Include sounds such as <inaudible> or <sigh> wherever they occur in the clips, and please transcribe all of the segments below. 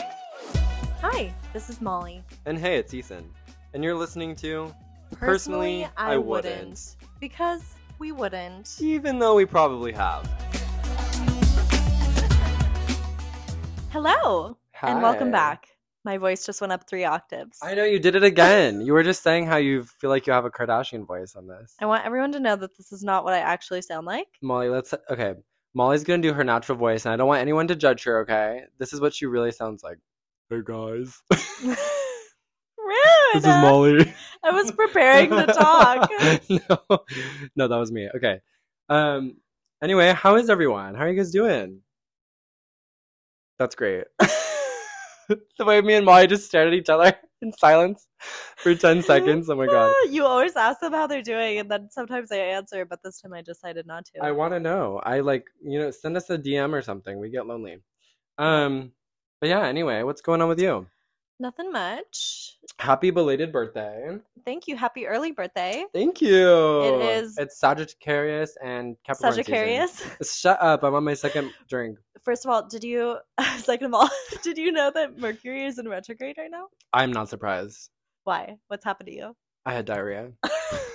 Hi, this is Molly. And hey, it's Ethan. And you're listening to Personally, I, wouldn't. Because we <laughs> wouldn't. Even though we probably have. Hello, and welcome Hi. back. My voice just went up three octaves. I know you did it again. you were just saying how you feel like you have a Kardashian voice on this. I want everyone to know that this is not what I actually sound <laughs> like. <laughs> Molly, let's okay. Molly's gonna do her natural voice, and I don't want anyone to judge her. Okay, this is what she really sounds like. Hey guys, <laughs> Rude! this is Molly. Oh I was preparing to <laughs> talk. no, no, that was me. Okay. Um. Anyway, how is everyone? How are you guys doing? That's great. <laughs> the way me and Molly just stared at each other in silence for ten seconds. Oh my god. <laughs> You always ask them how they're doing, and then sometimes I answer, but this time I decided not to. I want to know. I like, you know, send us a DM or something. We get lonely. Um, but yeah, anyway, what's going on with you? Nothing much. Happy belated birthday. Thank you. Happy early birthday, Thank you. It is- It's Sagittarius and Capricorn. season. Sagittarius. Shut up. I'm on my second drink. First of all, did you? <laughs> Second of all, did you know that Mercury is in retrograde right now? I'm not surprised. Why? What's happened to you? I had diarrhea. <laughs>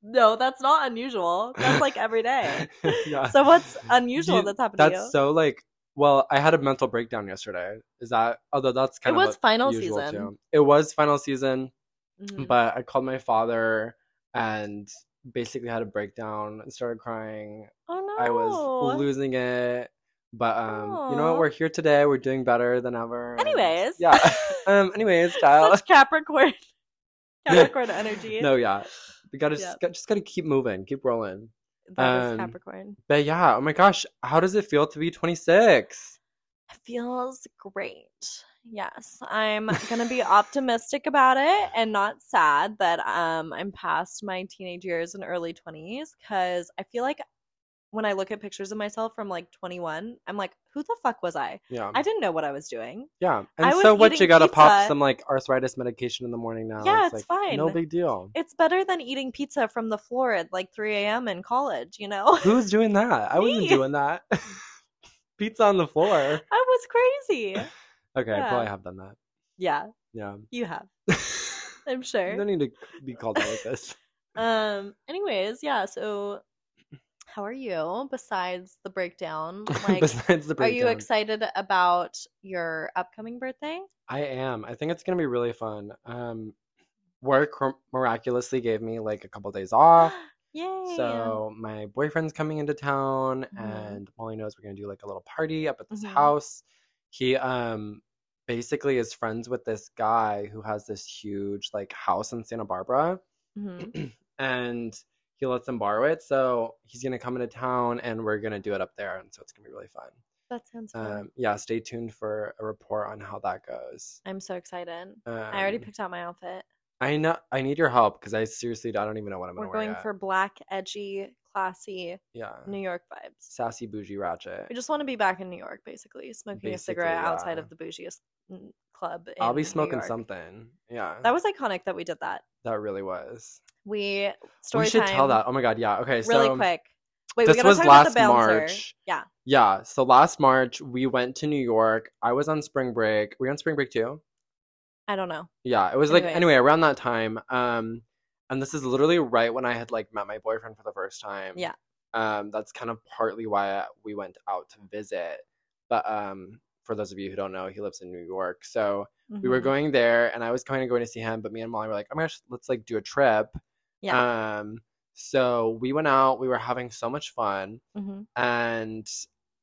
No, that's not unusual. That's like every day. <laughs> yeah. So what's unusual You- that's happened to you? That's so like, well, I had a mental breakdown yesterday. Is that, although that's it kind of was final usual season. too. It was final season. Mhm. but I called my father and basically had a breakdown and started crying. oh no, I was losing it. But um, you know Aw. what? We're here today. We're doing better than ever. and- Anyways, yeah. <laughs> um. Anyways, <laughs> child. such <laughs> Capricorn, Capricorn energy. no, yeah. We gotta Yeah. just, got, just gotta keep moving, keep rolling. That is um, Capricorn. But yeah, oh my gosh, how does it feel to be 26? It feels great. Yes, I'm gonna be optimistic about it and not sad that um I'm past my teenage years and early 20s because I feel like when I look at pictures of myself from like 21, I'm like, who the fuck was I? Yeah, I didn't know what I was doing. yeah. I And was so what? eating You gotta pop pizza. some like arthritis medication in the morning now. Yeah, it's, it's like, No fine. big deal. It's better than eating pizza from the floor at like 3 a.m. in college, you know? Who's doing that? I wasn't Me. doing that. <laughs> Pizza on the floor. <laughs> I was crazy. Okay, I Yeah. probably have done that. Yeah, Yeah. you have, you I'm <laughs> sure. don't need to be called out like <laughs> this. Um. Anyways, yeah. So, how are you? Besides the <laughs> breakdown, like, Besides the are breakdown. you excited about your upcoming birthday? I am. I think it's gonna be really fun. Um, work mir- miraculously gave me like a couple days off. <gasps> Yay! Uh, <clears throat> So my boyfriend's coming into town, Mhm. and Molly knows we're gonna do like a little party up at this Mhm. house. He um basically is friends with this guy who has this huge like house in Santa Barbara. Mhm. and he lets them borrow it. So he's gonna come into town and we're gonna do it up there, and so it's gonna be really fun. that sounds fun. Um, yeah, stay tuned for a report on how that goes. I'm so excited. Um, I already picked out my outfit. I know. I need your help because I seriously I don't even know what I'm gonna We're wear going yet. for black, edgy, classy yeah, New York vibes. sassy bougie ratchet. We just want to be back in New York, basically, smoking a Basically, cigarette outside yeah. of the bougiest mm, club. I'll in be New smoking York. something. Yeah, That was iconic that we did that. that really was. We story we should time. tell that. Oh my god, yeah. Okay, so really quick. Wait, this we gotta was talk about the last bouncer. March. Yeah. yeah, so last March we went to New York. I was on spring break. Were you on spring break too? I don't know. yeah it was like Anyways. anyway around that time um and this is literally right when i had like met my boyfriend for the first time Yeah. um that's kind of partly why we went out to visit but um for those of you who don't know he lives in new york so we were Mhm. going there and i was kind of going to see him but me and molly were like oh my gosh let's like do a trip Yeah. um so we went out we were having so much fun Mhm. and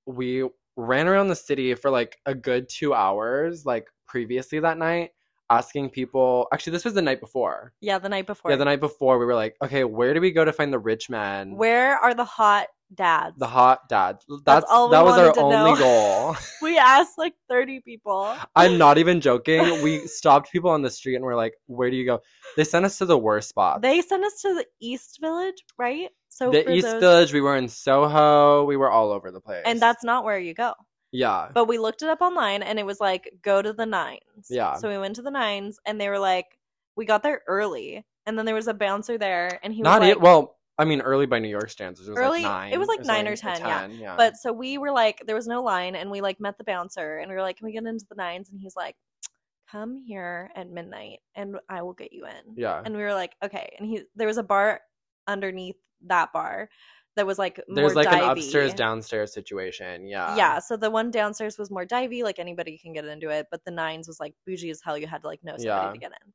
we ran around the city for like a good two hours, like previously that night, asking people. Actually, this was the night before. Yeah, the night before. Yeah, the night before, we were like, okay, where do we go to find the rich men? Where are the hot dads? the hot dad. That's, all we that was our wanted to only know. <laughs> goal. we asked like 30 people. I'm not even joking. We stopped people on the street and we're like, where do you go? They sent us to the worst spot. They sent us to the East Village, right? So Uh, the for East those- Village, we were in Soho, we were all over the place. and that's not where you go. yeah. But we looked it up online and it was like go to the nines. Yeah. So we went to the nines and they were like we got there early and then there was a bouncer there and he was Not like it. Well, I mean, early by New York standards. It was Early- like nine. it was like nine or 10, yeah. yeah. But so we were like, there was no line, and we like met the bouncer, and we were like, can we get into the nines? And he's like, come here at midnight, and I will get you in. yeah. And we were like, okay. And he, there was a bar underneath that bar that was like more There's like an divey. upstairs uh, downstairs situation. Yeah. Yeah, so the one downstairs was more divey, like anybody can get into it, but the nines was like bougie as hell. You had to like know somebody Yeah. to get in.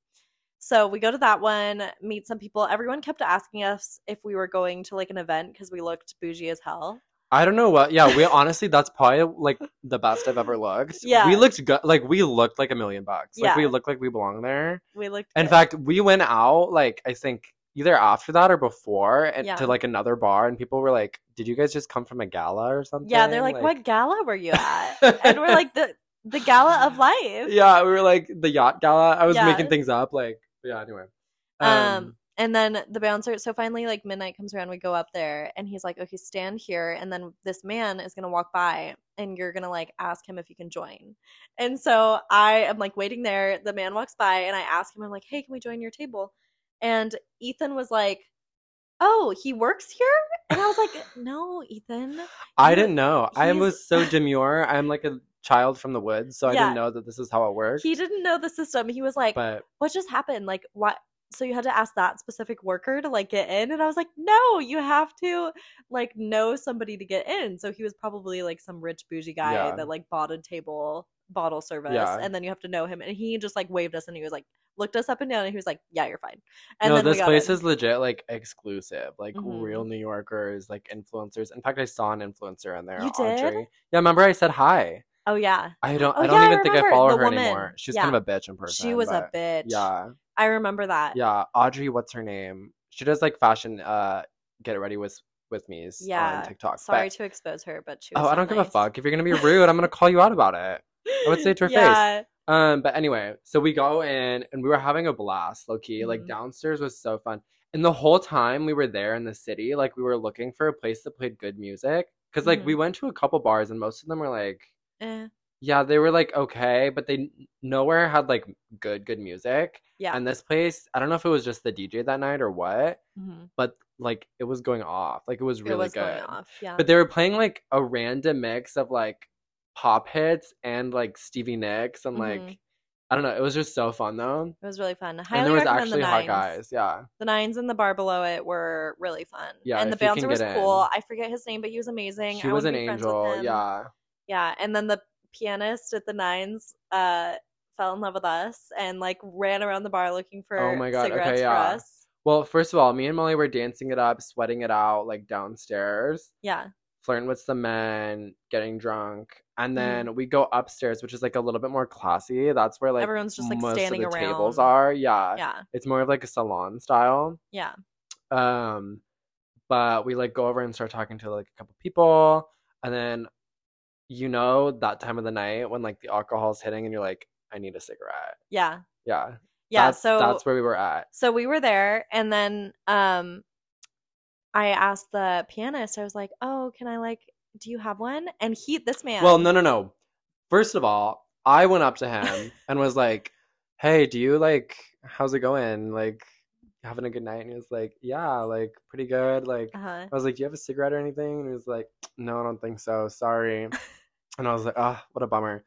So we go to that one, meet some people. Everyone kept asking us if we were going to like an event because we looked bougie as hell. I don't know what. Yeah, we honestly, that's probably like the best I've ever looked. Yeah. We looked good. Like we looked like a million bucks. Like Yeah. we looked like we belong there. We looked. In good. fact, we went out like I think either after that or before and Yeah. to like another bar, and people were like, "Did you guys just come from a gala or something?" yeah, they're like, "What gala were you <laughs> at?" and we're like, "the the gala of life." yeah, we were like the yacht gala. I was Yeah. making things up. Like, yeah. Anyway. Um, and then the bouncer, so finally, like midnight comes around, we go up there, and he's like, okay, stand here. And then this man is going to walk by, and you're going to like ask him if you can join. And so I am like waiting there. The man walks by, and I ask him, I'm like, hey, can we join your table? And Ethan was like, oh, he works here? And I was like, no, Ethan. I you- didn't know. I he's- was so demure. I'm like a child from the woods, so I Yeah. didn't know that this is how it works. He didn't know the system. He was like, But what just happened? Like, what? So you had to ask that specific worker to like get in, and I was like, no, you have to like know somebody to get in. So he was probably like some rich bougie guy Yeah. that like bought a table bottle service, Yeah. and then you have to know him. And he just like waved us, and he was like looked us up and down, and he was like, yeah, you're fine. And no, then we this got place in. is legit like exclusive, like Mhm. real New Yorkers, like influencers. In fact, I saw an influencer on there. You did? Audrey. Yeah, remember I said hi. oh yeah, I don't. Oh, I don't yeah, I even think I remember. follow The her woman. anymore. She's kind of a bitch in person. she was a but- bitch. Yeah, I remember that. yeah. Audrey, what's her name? She does like fashion. Uh, get ready with with me's Yeah, on TikTok. but- Sorry to expose her, but she. Was oh, I not don't give a nice. fuck. If you're gonna be rude, I'm gonna call you out about it. I would <laughs> say it to her face. yeah. Um, but anyway, so we go in and we were having a blast, low key. Like Mhm. downstairs was so fun. And the whole time we were there in the city, like we were looking for a place that played good music. Cause like Mm-hmm. we went to a couple bars and most of them were like, Eh, yeah, they were like okay, but they nowhere had like good, good music. yeah. And this place, I don't know if it was just the DJ that night or what, Mhm. but like it was going off. Like it was really it was good. going off. Yeah. But they were playing like a random mix of like pop hits and like Stevie Nicks and Mhm. like I don't know. It was just so fun though. It was really fun. and Highly there was recommend actually the nines. hot guys. Yeah. The nines and the bar below it were really fun. Yeah, and the if you can bouncer was get cool. in. I forget his name, but he was amazing. She I was wanna an be friends with angel. him. Yeah. yeah. And then the pianist at the nines uh, fell in love with us and like ran around the bar looking for Oh my God, okay, cigarettes yeah. for us. Well, first of all, me and Molly were dancing it up, sweating it out, like downstairs, Yeah, flirting with some men, getting drunk. Mm-hmm. And then we go upstairs, which is like a little bit more classy. That's where like everyone's just like most standing of the around. tables are. Yeah. Yeah, It's more of like a salon style. yeah. um but we like go over and start talking to like a couple people and then you know that time of the night when like the alcohol's hitting and you're like i need a cigarette Yeah. yeah Yeah. that's, so that's where we were at so we were there and then um I asked the pianist, I was like, Oh, can I like do you have one? And he this man well no no no first of all i went up <laughs> to him and was like hey do you like how's it going like having a good night and he was like yeah like pretty good like uh-huh. I was like, "Do you have a cigarette or anything?" And he was like, "No, I don't think so. <laughs> Sorry." and I was like, "Oh, what a bummer."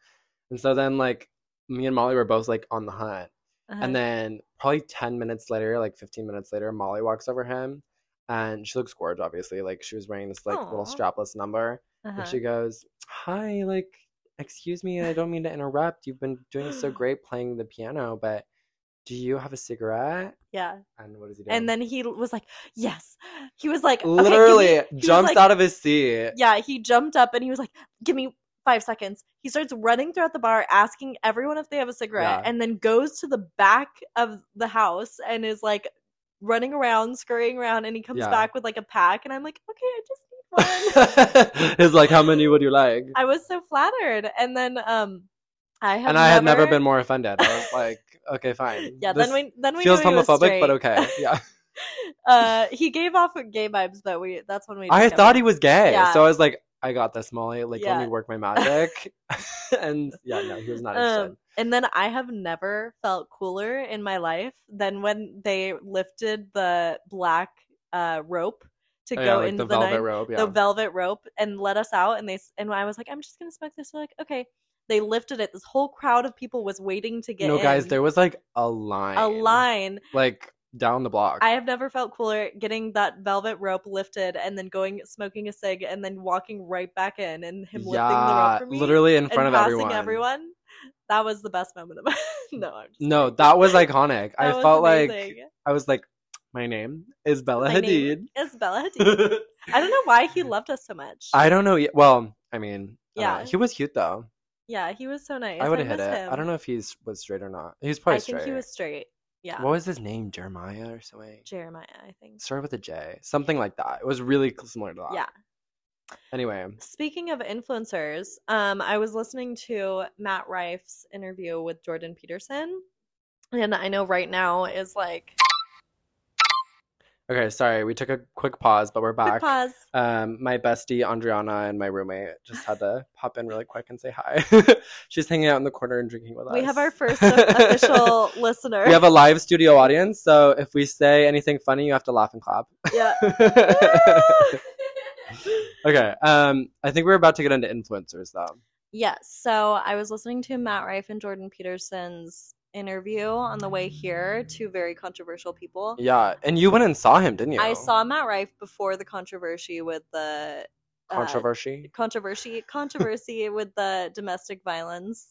And so then, like, me and Molly were both like on the hunt. uh-huh. And then probably ten minutes later, like fifteen minutes later, Molly walks over him, and she looks gorgeous. Obviously, like she was wearing this like little Aw. strapless number, uh-huh. and she goes, "Hi, like, excuse me, I don't mean to interrupt. You've been doing so <gasps> great playing the piano, but do you have a cigarette?" Yeah. And what does he do? And then he l- was like, yes. He was like, okay, give me- literally he was jumps like- out of his seat. Yeah, he jumped up and he was like, give me five seconds. He starts running throughout the bar, asking everyone if they have a cigarette, Yeah. and then goes to the back of the house and is like running around, scurrying around, and he comes Yeah. back with like a pack. And I'm like, okay, I just need one. <laughs> it's like how many would you like? I was so flattered. And then, um, I have and I had never been more offended. I was like, okay, fine. <laughs> Yeah, This then we then we feels knew he was homophobic, straight. <laughs> but okay. Yeah, Uh, he gave off gay vibes, but we that's when we. I discovered. thought he was gay, Yeah. so I was like, I got this, Molly. Like, Yeah. let me work my magic. <laughs> and yeah, no, he was not interested. Um, and then I have never felt cooler in my life than when they lifted the black uh, rope to Oh, yeah, go like into the the, velvet night, robe. Yeah. the velvet rope, and let us out. And they s- and I was like, I'm just gonna smoke this. They're like, okay. They lifted it. This whole crowd of people was waiting to get no, guys, in. there was like a line. a line. Like down the block. I have never felt cooler getting that velvet rope lifted and then going smoking a cig and then walking right back in and him lifting the rope for me. literally in front and of passing everyone. That was the best moment of my <laughs> no. I'm just No, that was iconic. <laughs> I That was felt like amazing. I was like, my name is Bella My Hadid. name is Bella Hadid. <laughs> I don't know why he loved us so much. I don't know. ye- Well, I mean, yeah, Yeah. he was cute though. yeah, he was so nice. I would have hit miss it. I him. don't know if he's was straight or not. He was I probably think straight. he was straight. Yeah, What was his name? Jeremiah or something. Jeremiah. I think. Started with a J, something like that. It was really cl- similar to that. Yeah. Anyway, Speaking of influencers, um, I was listening to Matt Rife's interview with Jordan Peterson, and I know right now is like okay. Sorry, we took a quick pause, but we're quick back. pause. Um, my bestie Andriana and my roommate just had to pop in really quick and say hi. <laughs> She's hanging out in the corner and drinking with us. We have our <laughs> first official listener. We have a live studio audience, so if we say anything funny, you have to laugh and clap. yeah. <laughs> okay. Um, I think we're about to get into influencers though. Yes. So I was listening to Matt Rife and Jordan Peterson's interview on the way here, two very controversial people. Yeah, and you went and saw him, didn't you? I saw Matt Rife before the controversy with the uh, controversy. controversy controversy with the domestic violence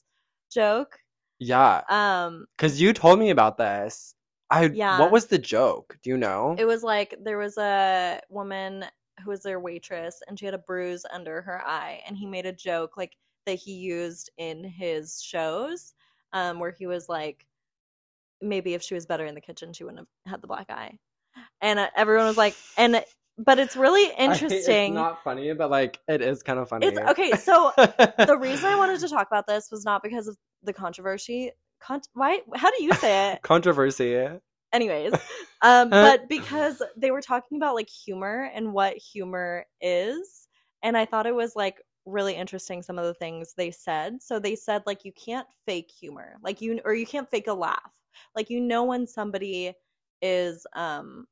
joke. yeah, Um because you told me about this. I. Yeah. What was the joke? Do you know? <laughs> it was like there was a woman who was their waitress and she had a bruise under her eye and he made a joke like that he used in his shows um where he was like maybe if she was better in the kitchen she wouldn't have had the black eye and uh, everyone was like and but it's <laughs> really it's interesting not funny, but like it is kind of funny. it's okay so <laughs> the reason I wanted to talk about this was not because of the controversy. Con- why? How do you say it? controversy. Anyways, um, but because they were talking about like humor and what humor is, and I thought it was like really interesting some of the things they said. So they said like you can't fake humor, like you or you can't fake a laugh. Like you know when somebody is um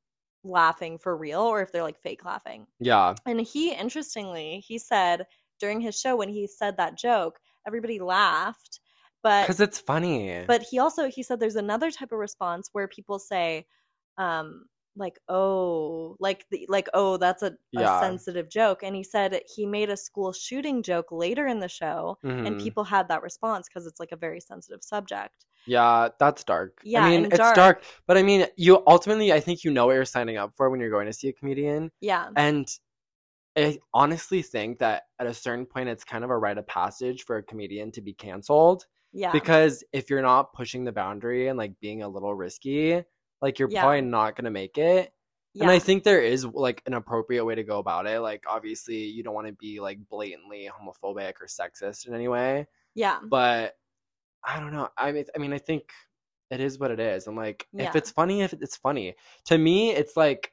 laughing for real or if they're like fake laughing. Yeah. And he, interestingly, he said during his show when he said that joke, everybody laughed. But Because it's funny. but he also he said there's another type of response where people say, um, like oh, like the, like oh, that's a, Yeah. a sensitive joke. And he said he made a school shooting joke later in the show, and Mhm. people had that response because it's like a very sensitive subject. yeah, that's dark. Yeah, I mean, and it's dark. dark, but I mean, you ultimately, I think you know what you're signing up for when you're going to see a comedian. Yeah, And I honestly think that at a certain point, it's kind of a rite of passage for a comedian to be canceled yeah, because if you're not pushing the boundary and like being a little risky, like you're Yeah. probably not going to make it. yeah, And I think there is like an appropriate way to go about it. Like, obviously, you don't want to be like blatantly homophobic or sexist in any way, yeah, but I don't know. I mean, I mean, I think it is what it is. And like, Yeah. if it's funny, if it's funny, to me, it's like,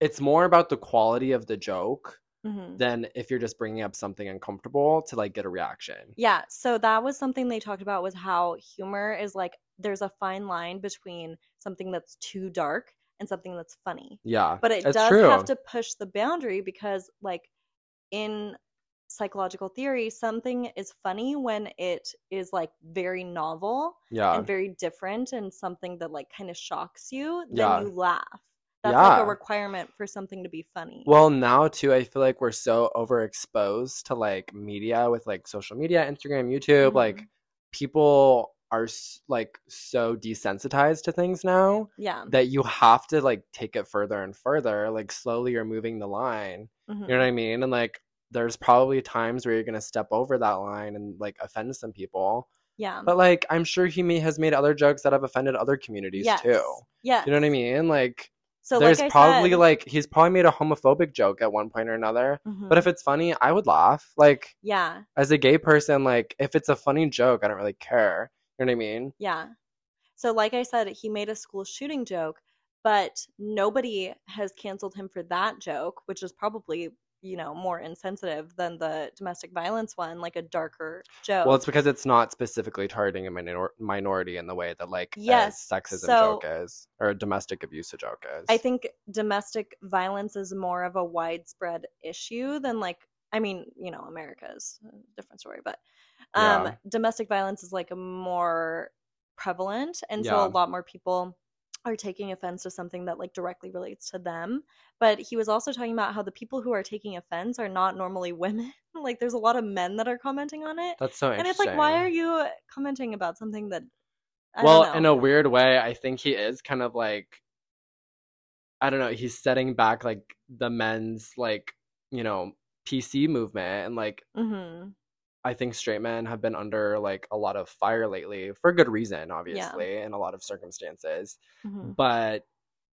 it's more about the quality of the joke hmm than if you're just bringing up something uncomfortable to like get a reaction. Yeah, so that was something they talked about was how humor is like there's a fine line between something that's too dark and something that's funny. Yeah, But it it's does true. have to push the boundary because like in psychological theory, something is funny when it is like very novel Yeah, and very different and something that like kind of shocks you, then Yeah. you laugh. That's like a Yeah. requirement for something to be funny. Well, now too, I feel like we're so overexposed to like media with like social media, Instagram, YouTube. Like Mm-hmm. people are s- like so desensitized to things now yeah. that you have to like take it further and further. Like slowly you're moving the line. mhm. You know what I mean? And like there's probably times where you're gonna step over that line and like offend some people. Yeah. But like I'm sure he may has made other jokes that have offended other communities Yes. too. You Yes. know what I mean? Like So there's like I probably said, like he's probably made a homophobic joke at one point or another. But mhm, if it's funny, I would laugh. Like yeah. as a gay person, like if it's a funny joke, I don't really care. You know what I mean? Yeah. So, like I said, he made a school shooting joke, but nobody has canceled him for that joke, which is probably you know, more insensitive than the domestic violence one, like a darker joke. Well, it's because it's not specifically targeting a minor- minority in the way that like a Yes, sexism so- joke is or a domestic abuse joke is. I think domestic violence is more of a widespread issue than like I mean, you know, America is a different story, but um Yeah. domestic violence is like more prevalent and so Yeah. a lot more people are taking offense to something that like directly relates to them. But he was also talking about how the people who are taking offense are not normally women. <laughs> like there's a lot of men that are commenting on it. that's so And it's interesting. like why are you commenting about something that I don't well, know. in a weird way, I think he is kind of like I don't know, he's setting back like the men's like, you know, PC movement and like Mhm. I think straight men have been under like a lot of fire lately for good reason, obviously, in a lot of circumstances. Mhm. But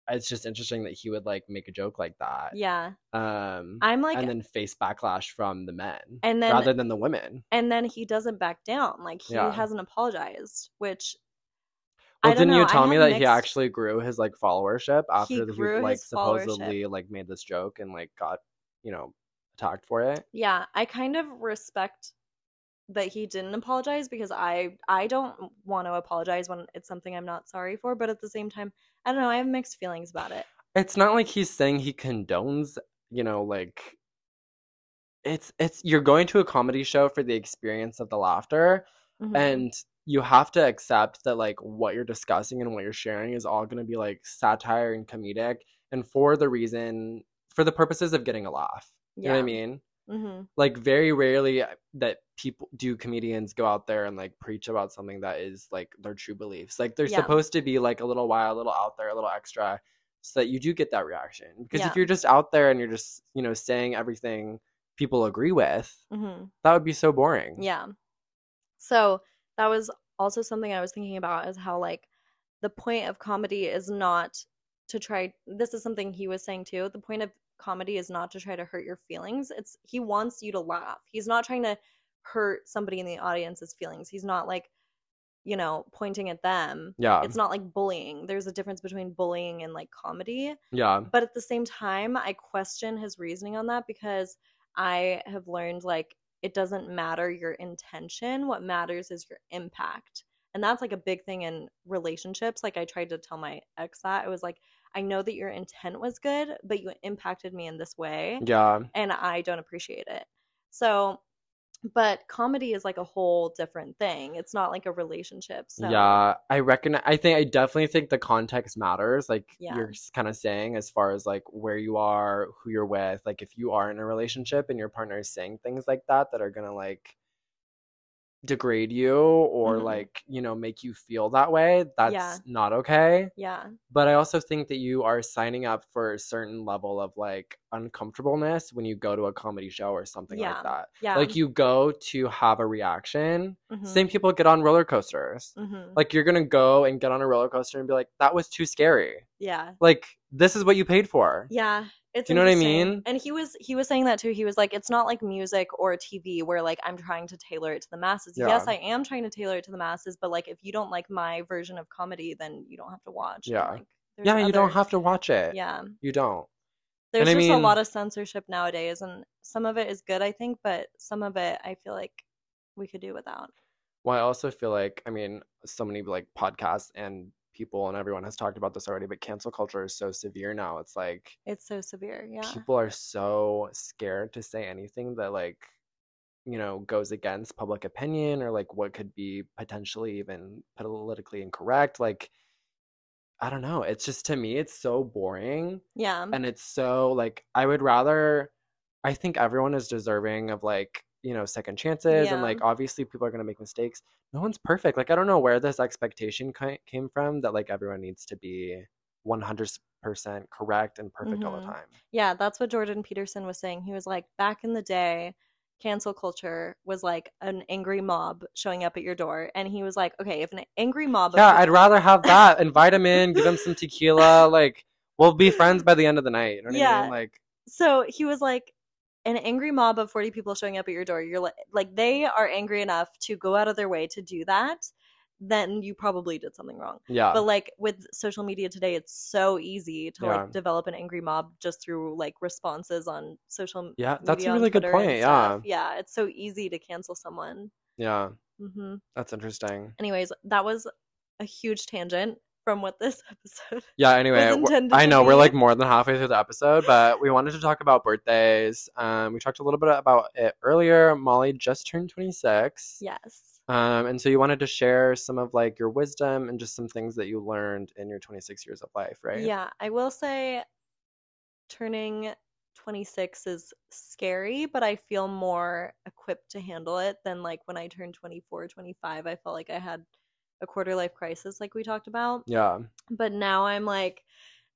it's just interesting that he would like make a joke like that. Yeah. Um I'm like and then face backlash from the men and then rather than the women. and then he doesn't back down. Like he Yeah. hasn't apologized, which I Well, don't didn't know, you I tell me have that he mixed- actually grew his like followership after he, grew his like followership. supposedly like made this joke and like got you know attacked for it? yeah, I kind of respect that he didn't apologize because I I don't want to apologize when it's something I'm not sorry for, but at the same time, I don't know, I have mixed feelings about it. It's not like he's saying he condones, you know, like it's it's you're going to a comedy show for the experience of the laughter Mhm. and you have to accept that like what you're discussing and what you're sharing is all going to be like satire and comedic and for the reason for the purposes of getting a laugh. You know what I mean? hmm like very rarely uh, that people do comedians go out there and like preach about something that is like their true beliefs like they're Yeah. supposed to be like a little wild a little out there a little extra so that you do get that reaction because Yeah. if you're just out there and you're just you know saying everything people agree with hmm that would be so boring Yeah. So that was also something I was thinking about is how like the point of comedy is not to try this is something he was saying too. The point of comedy is not to try to hurt your feelings. It's he wants you to laugh. He's not trying to hurt somebody in the audience's feelings. He's not like, you know, pointing at them. yeah It's not like bullying. There's a difference between bullying and like comedy. yeah But at the same time, I question his reasoning on that because I have learned like it doesn't matter your intention. What matters is your impact. And that's like a big thing in relationships. Like I tried to tell my ex that. It was like, I know that your intent was good, but you impacted me in this way yeah and I don't appreciate it. So, but comedy is like a whole different thing. It's not like a relationship. So, yeah i recognize i think i definitely think the context matters like Yeah. you're kind of saying as far as like where you are who you're with like if you are in a relationship and your partner is saying things like that that are gonna like degrade you or Mhm. like you know make you feel that way that's Yeah. not okay yeah. but i also think that you are signing up for a certain level of like uncomfortableness when you go to a comedy show or something Yeah. like that Yeah. like you go to have a reaction Mhm. same people get on roller coasters Mhm. like you're gonna go and get on a roller coaster and be like that was too scary yeah. like this is what you paid for Yeah, it's you know what I interesting. mean? And he was he was saying that too. He was like, it's not like music or TV where like I'm trying to tailor it to the masses. Yes, Yeah. I am trying to tailor it to the masses, but like if you don't like my version of comedy, then you don't have to watch. and, Yeah. like, there's yeah you don't other- have to watch it Yeah, you don't there's I just a mean- lot of censorship nowadays, and some of it is good, I think, but some of it I feel like we could do without. well i also feel like i mean so many like podcasts and people and everyone has talked about this already but cancel culture is so severe now it's like It's so severe. Yeah, people are so scared to say anything that like you know goes against public opinion or like what could be potentially even politically incorrect like i don't know it's just to me it's so boring yeah, and it's so like i would rather i think everyone is deserving of like you know second chances Yeah. and like obviously people are going to make mistakes no one's perfect like i don't know where this expectation ki- came from that like everyone needs to be 100% correct and perfect all Mhm. the time yeah. That's what Jordan Peterson was saying. He was like, back in the day, cancel culture was like an angry mob showing up at your door and he was like okay if an angry mob of yeah peop- i'd rather have that invite him in give him some tequila like we'll be friends by the end of the night you know what i Yeah. mean like so he was like an angry mob of 40 people showing up at your door you're like like they are angry enough to go out of their way to do that then you probably did something wrong. Yeah. But like with social media today, it's so easy to Yeah. like develop an angry mob just through like responses on social. yeah. media That's a on really good Twitter and point. Yeah. stuff. yeah, it's so easy to cancel someone. Yeah. hmm That's interesting. Anyways, that was a huge tangent from what this <laughs> episode. Yeah, anyway, was we're- intended I to know we're be. <laughs> like more than halfway through the episode, but we wanted to talk about birthdays. Um, we talked a little bit about it earlier. Molly just turned 26. Yes. Um, and so you wanted to share some of like your wisdom and just some things that you learned in your 26 years of life, right? Yeah, I will say turning 26 is scary, but I feel more equipped to handle it than like when I turned 24, 25. I felt like I had a quarter life crisis, like we talked about. Yeah. But now I'm like,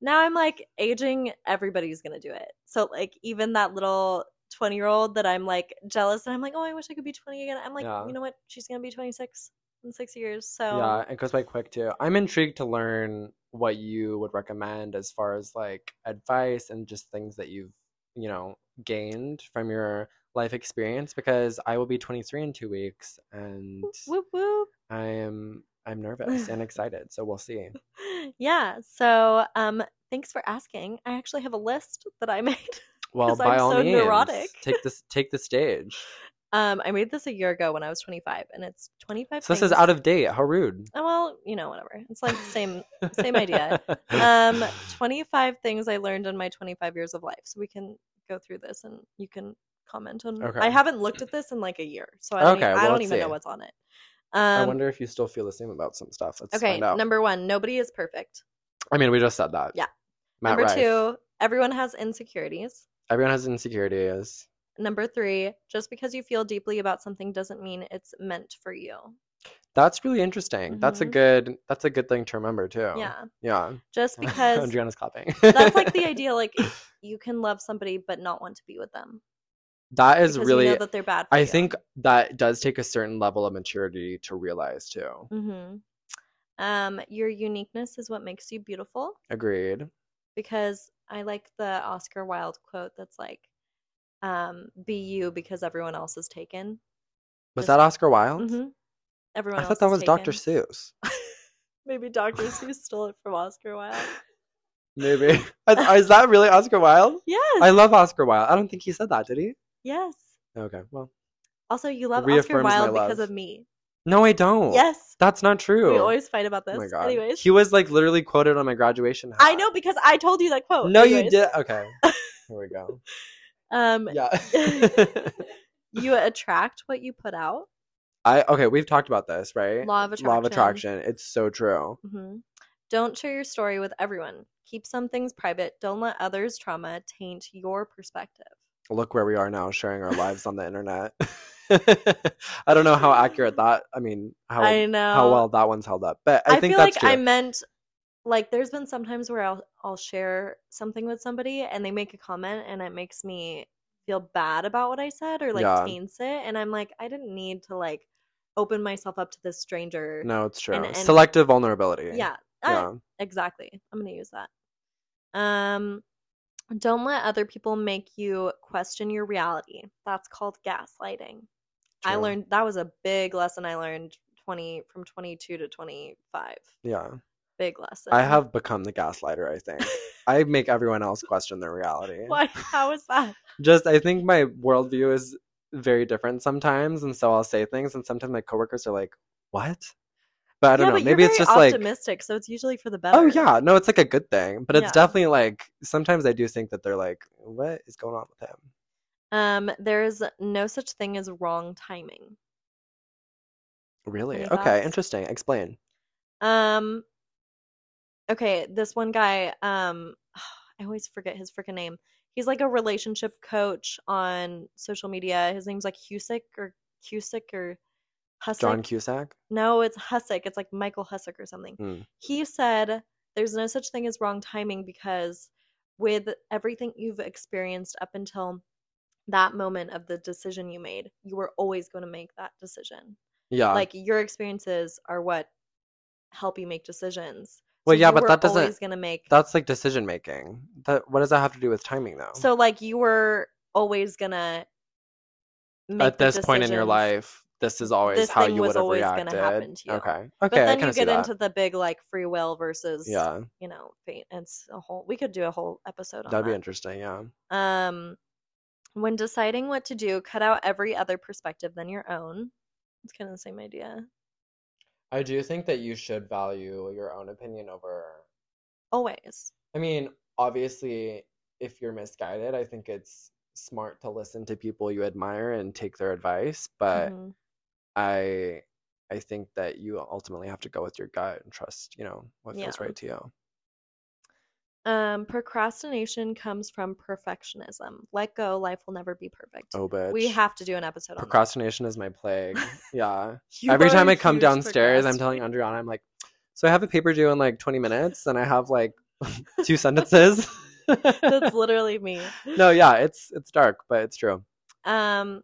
now I'm like, aging, everybody's going to do it. So, like, even that little 20 year old that I'm like jealous and I'm like, oh, I wish I could be 20 again. I'm like, Yeah. you know what? She's going to be 26 in six years. So, Yeah, it goes by quick too. I'm intrigued to learn what you would recommend as far as like advice and just things that you've, you know, gained from your life experience because I will be 23 in two weeks and whoop, whoop. I am I'm nervous <laughs> and excited, so we'll see. yeah. So, um, thanks for asking. I actually have a list that I <laughs> made. Well, 'Cause by I'm all so means, neurotic. take this take the <laughs> stage. Um, I made this a year ago when I was 25, and it's 25. So this is things- out of date. How rude. Oh, well, you know, whatever. It's like same same <laughs> idea. Um, 25 things I learned in my 25 years of life. So we can go through this, and you can comment on. Okay. I haven't looked at this in like a year, so I don't, Okay, e- well, I don't let's even know see. what's on it. I Um, wonder if you still feel the same about some stuff. Let's okay. find out. Number one, nobody is perfect. I mean, we just said that. Yeah. Matt number Rife. two, everyone has insecurities. Everyone has insecurities. Number three, just because you feel deeply about something doesn't mean it's meant for you. That's really interesting. That's a Mhm. good that's a good thing to remember too. Yeah. Yeah. <laughs> Just because Adriana's clapping. that's like <laughs> the idea, like you can love somebody but not want to be with them. That is because really you know that they're bad for I you. think that does take a certain level of maturity to realize too. Mhm. Mm-hmm. Um, your uniqueness is what makes you beautiful Agreed. because I like the Oscar Wilde quote that's like, um, be you because everyone else is taken. Was Just- that Oscar Wilde? hmm Everyone Mm-hmm. I else thought that is was Dr. taken. <laughs> Seuss. Maybe Dr. <laughs> Seuss stole it from Oscar Wilde. Maybe. I- is that really Oscar Wilde? Yes. I love Oscar Wilde. I don't think he said that, did he? yes. Okay. Well, Also, you love Oscar reaffirms my Wilde because love. of me. no, I don't. Yes. That's not true. We always fight about this. oh my god. Anyways, He was like literally quoted on my graduation. Hat. I know because I told you that quote. No, you Anyways, did. <laughs> Okay. Here we go. Um, <laughs> Yeah. you attract what you put out. I okay, we've talked about this, right? Law of attraction. Law of attraction. It's so true. hmm Don't share your story with everyone. Keep some things private. Don't let others' trauma taint your perspective. Look where we are now, sharing our lives on the <laughs> internet. <laughs> I don't know how accurate that. I mean, how I know. how well that one's held up, but I, I think feel that's like true. I meant like there's been some times where I'll I'll share something with somebody and they make a comment and it makes me feel bad about what I said or like Yeah. taints it and I'm like I didn't need to like open myself up to this stranger. no, it's true. and- and- Selective vulnerability. Yeah. I- Yeah. exactly. I'm going to use that. Um don't let other people make you question your reality. That's called gaslighting. I true. learned that was a big lesson I learned 20 from 22 to 25. Yeah. Big lesson. I have become the gaslighter, I think. I make everyone else question their reality. <laughs> Why? How is that? Just, I think my worldview is very different sometimes. And so I'll say things, and sometimes my coworkers are like, what? But I don't yeah, know. But Maybe you're it's very just like, optimistic, so it's usually for the better. oh, yeah, no, it's like a good thing. But it's Yeah. definitely like, sometimes I do think that they're like, what is going on with him? Um, there is no such thing as wrong timing. Really? Any Okay, thoughts? interesting. Explain. Um, okay, this one guy. Um, <sighs> I always forget his freaking name. He's like a relationship coach on social media. His name's like Husick or Cusick or Husick. John Cusack? No, it's Husick. It's like Michael Husick or something. Hmm. He said there's no such thing as wrong timing because with everything you've experienced up until that moment of the decision you made, you were always going to make that decision. Yeah. Like your experiences are what help you make decisions. well, yeah, you but were that doesn't, always going to make that's like decision making. That What does that have to do with timing, though? So like you were always going to make at the this point in your decisions life this is always This how thing you was would have always gonna reacted. happen to you. Okay. Okay. But I then kinda you see get that. into the big like free will versus yeah, you know fate. It's a whole. We could do a whole episode on that'd be that. interesting. Yeah. Um, when deciding what to do, cut out every other perspective than your own. It's kind of the same idea. I do think that you should value your own opinion over Always. I mean, obviously, if you're misguided, I think it's smart to listen to people you admire and take their advice, but Mhm. I I think that you ultimately have to go with your gut and trust, you know, what feels Yeah. right to you. Um, procrastination comes from perfectionism. Let go. Life will never be perfect. Oh, bitch. we have to do an episode on that. procrastination is <laughs> my plague. Yeah. You Every are time a I come huge downstairs, I'm procrast- telling Adriana, I'm like, so I have a paper due in like 20 minutes and I have like <laughs> two sentences. That's literally me. <laughs> no, yeah, it's it's dark, but it's true. Um,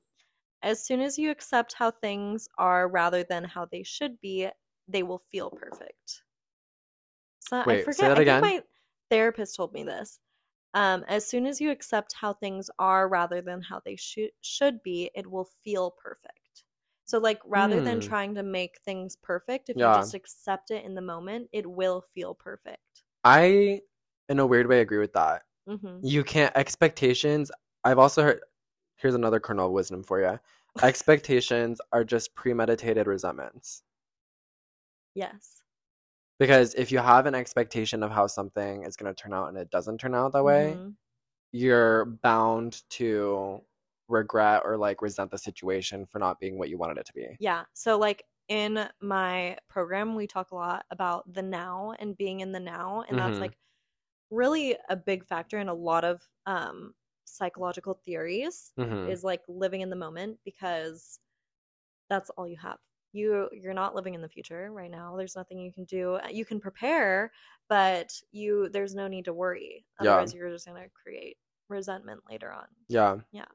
as soon as you accept how things are rather than how they should be, they will feel perfect. So I Wait, say forget. that I again. think my therapist told me this. Um, as soon as you accept how things are rather than how they should should be, it will feel perfect. So like rather than Hmm. trying to make things perfect, if Yeah. you just accept it in the moment, it will feel perfect. I in a weird way agree with that. hmm you can't expectations i've also heard here's another kernel of wisdom for <laughs> you expectations are just premeditated resentments Yes. because if you have an expectation of how something is going to turn out and it doesn't turn out that way Mhm. you're bound to regret or like resent the situation for not being what you wanted it to be Yeah. So, like in my program, we talk a lot about the now and being in the now. And that's Mhm. like really a big factor in a lot of um, psychological theories Mhm. is like living in the moment because that's all you have. You you're not living in the future right now. There's nothing you can do. You can prepare, but you there's no need to worry. Yeah. Otherwise, you're just gonna create resentment later on. yeah Yeah.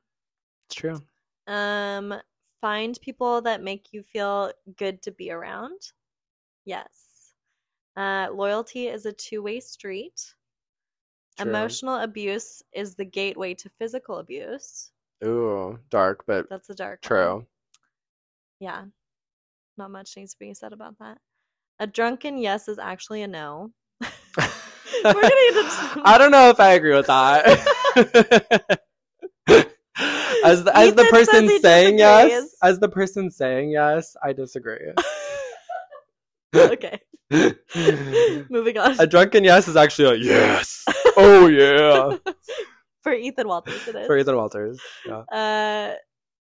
it's true Um, find people that make you feel good to be around. Yes. Uh, loyalty is a two-way street. True. Emotional abuse is the gateway to physical abuse. ooh dark but That's a dark one. true Yeah. Not much needs to be said about that. A drunken yes is actually a no. <laughs> <laughs> We're gonna get into I don't know if I agree with that. <laughs> as the, as the Ethan says person he saying yes, disagrees. as the person saying yes, I disagree. <laughs> Okay. <laughs> a Moving on. drunken yes is actually a <laughs> yes. Oh yeah. For Ethan Walters it is. For Ethan Walters. Yeah. uh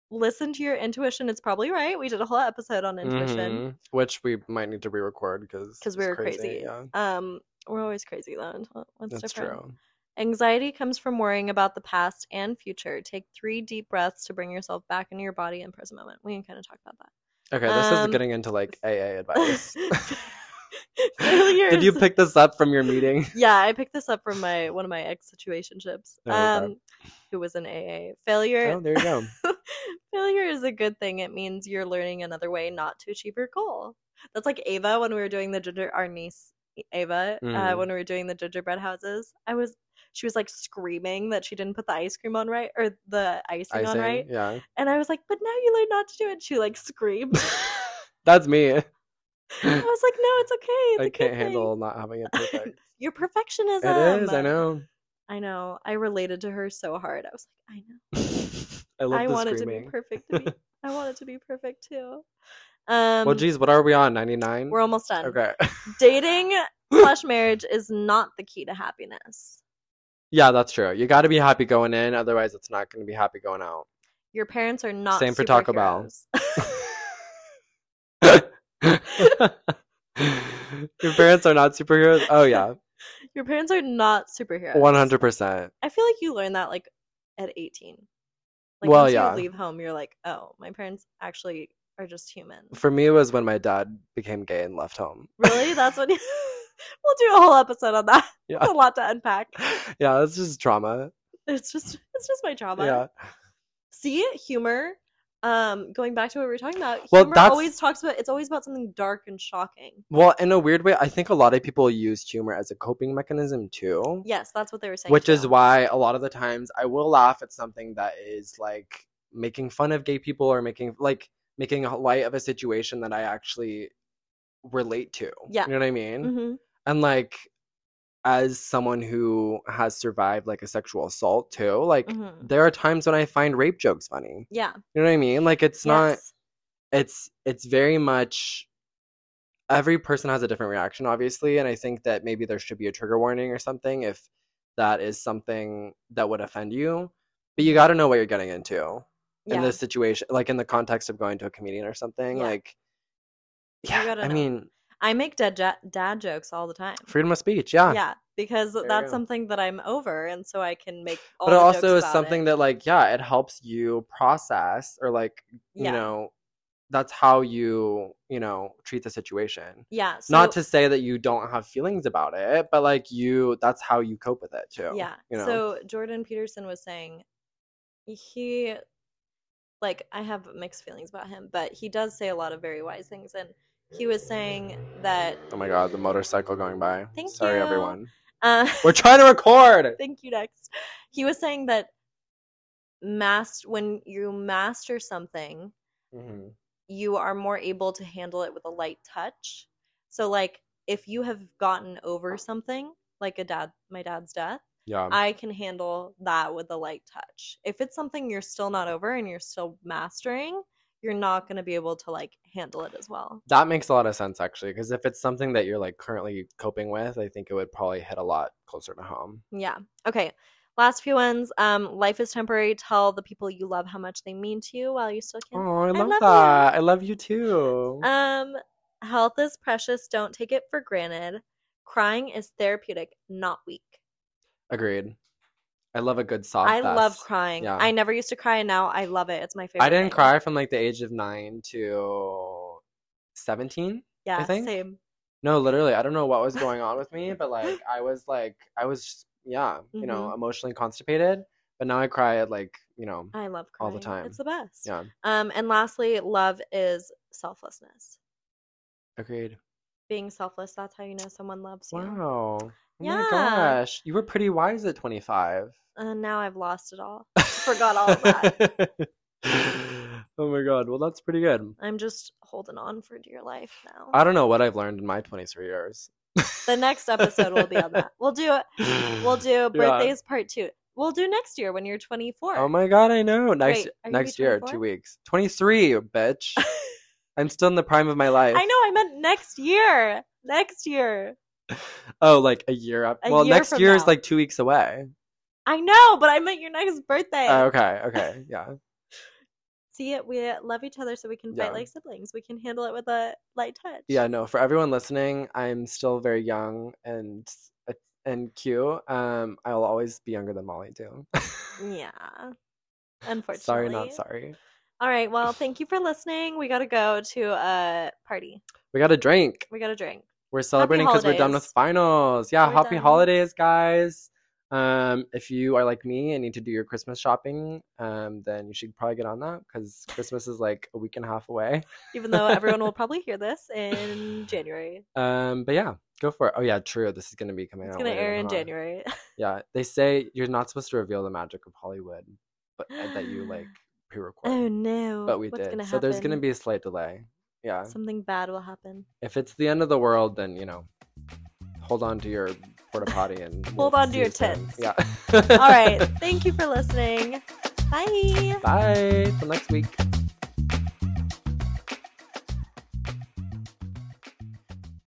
listen to your intuition it's probably right we did a whole episode on intuition Mhm. Which we might need to re-record because because we were crazy, Yeah. um we're always crazy though until it's That's different true. anxiety comes from worrying about the past and future take three deep breaths to bring yourself back into your body and present moment we can kind of talk about that Okay, this Um, Oh, is getting into like AA advice. <laughs> failures <laughs> Did you pick this up from your meeting? <laughs> yeah i picked this up from my one of my ex situationships Oh, okay. um who was an aa failure Oh, there you <laughs> go. Failure is a good thing. It means you're learning another way not to achieve your goal. That's like Ava when we were doing the ginger, our niece Ava, uh, Mm. when we were doing the gingerbread houses. I was, she was like screaming that she didn't put the ice cream on right or the icing, I on right. Yeah. And I was like, but now you learn not to do it. She like <laughs> screamed. <laughs> That's me. I was like, no, it's okay. It's a I good can't thing. handle not having it <laughs> perfect. Your it perfectionism. is, I um, know. I know. I related to her so hard. I was like, I know. <laughs> I love I the want it to be screaming. perfect. <laughs> To be, I want it to be perfect too. Um, well, geez, what are we on? 99? we're almost done. Okay. <laughs> Dating slash marriage is not the key to happiness. yeah, that's true. You got to be happy going in, otherwise, it's not going to be happy going out. Your parents are not Same for Taco Bell. superheroes. <laughs> <laughs> Your parents are not superheroes? Oh, yeah. Your parents are not superheroes. 100%. I feel like you learn that like at eighteen. Like Well, once yeah. you leave home, you're like, oh, my parents actually are just human. For me, it was when my dad became gay and left home. Really? That's what. <laughs> we'll do a whole episode on that. Yeah. It's a lot to unpack. <laughs> Yeah, that's just trauma. It's just, it's just my trauma. Yeah. See, humor. Um, going back to what we were talking about, Well, humor that's- always talks about it's always about something dark and shocking. Well, in a weird way, I think a lot of people use humor as a coping mechanism too. Yes, that's what they were saying. which too. is why a lot of the times I will laugh at something that is like making fun of gay people or making like making a light of a situation that I actually relate to. Yeah. You know what I mean? hmm And like as someone who has survived like a sexual assault too, like Mhm. there are times when I find rape jokes funny. Yeah. You know what I mean? Like it's not yes. it's it's very much every person has a different reaction obviously and i think that maybe there should be a trigger warning or something if that is something that would offend you but you got to know what you're getting into Yeah. in this situation like in the context of going to a comedian or something Yeah. like You yeah gotta i know. mean I make dad, jo- dad jokes all the time. freedom of speech yeah, Yeah, because There we that's go. something that I'm over, and so I can make. All but it the also jokes is about something it. that like yeah it helps you process or like Yeah. you know that's how you you know treat the situation Yeah. So, not to say that you don't have feelings about it, but like you, that's how you cope with it too. Yeah. You know? So Jordan Peterson was saying he like I have mixed feelings about him, but he does say a lot of very wise things and he was saying that oh my God, the motorcycle going by. Thank Sorry, you. everyone. uh, <laughs> We're trying to record. thank you next. He was saying that mast when you master something, Mhm. you are more able to handle it with a light touch. So like if you have gotten over something, like a dad my dad's death, Yeah. I can handle that with a light touch. If it's something you're still not over and you're still mastering, you're not going to be able to like handle it as well. that makes a lot of sense actually, because if it's something that you're like currently coping with, I think it would probably hit a lot closer to home. Yeah. Okay. Last few ones. Um, life is temporary. Tell the people you love how much they mean to you while you still can. Oh, I love love you. that. I love you too. Um, health is precious. Don't take it for granted. Crying is therapeutic, not weak. Agreed. I love a good soft. I love fest. crying. Yeah. I never used to cry, and now I love it. It's my favorite. I didn't thing. cry from like the age of nine to 17. Yeah, think. same. No, literally, I don't <laughs> know what was going on with me, but like I was like I was just, yeah, you Mm-hmm. know, emotionally constipated. But now I cry at like you know I love crying All the time. It's the best. yeah Um, and lastly, love is selflessness. agreed. Being selfless, that's how you know someone loves you. Wow, oh Yeah. my gosh, you were pretty wise at twenty five. Uh, now I've lost it <laughs> all. Forgot all of that. oh my god, well that's pretty good. I'm just holding on for dear life now. I <laughs> don't know what I've learned in my twenty three years. the next episode will be on that. We'll do we'll <laughs> do birthdays part two. We'll do next year when you're 24. Oh my god, I know. Next Wait, are you next year, 24? two weeks, twenty <laughs> three, bitch. I'm still in the prime of my life. I know. I meant next year. Next year. Oh, like a year up. A well, year next from year now. is like two weeks away. I know, but I meant your next birthday. Oh, okay, okay, yeah. See it. We love each other, so we can fight Yeah. like siblings. We can handle it with a light touch. Yeah, no, for everyone listening, I'm still very young and uh, and cute. Um, I'll always be younger than Molly too. <laughs> Yeah. Unfortunately. sorry, not sorry. All right. Well, thank you for listening. We got to go to a party. We got a drink. We got to drink. We're celebrating because we're done with holidays. finals. Yeah, We're happy done. holidays, guys. Um, if you are like me and need to do your Christmas shopping, um, then you should probably get on that because Christmas is like a week and a half away. Even though everyone will probably hear this in <laughs> January. Um, but yeah, go for it. Oh yeah, true. This is gonna be coming It's out. going to later, air in huh? January. <laughs> Yeah, they say you're not supposed to reveal the magic of Hollywood, but and that you like pre-record. <sighs> Oh no. but we did, Gonna so there's gonna happen? be uh, a slight delay. Yeah, something bad will happen. <laughs> if it's the end of the world, then you know, hold on to your porta potty and <laughs> Hold we'll on to see your you soon. tits. Yeah. All right. Thank you for listening. Bye. <laughs> Bye. Till next week.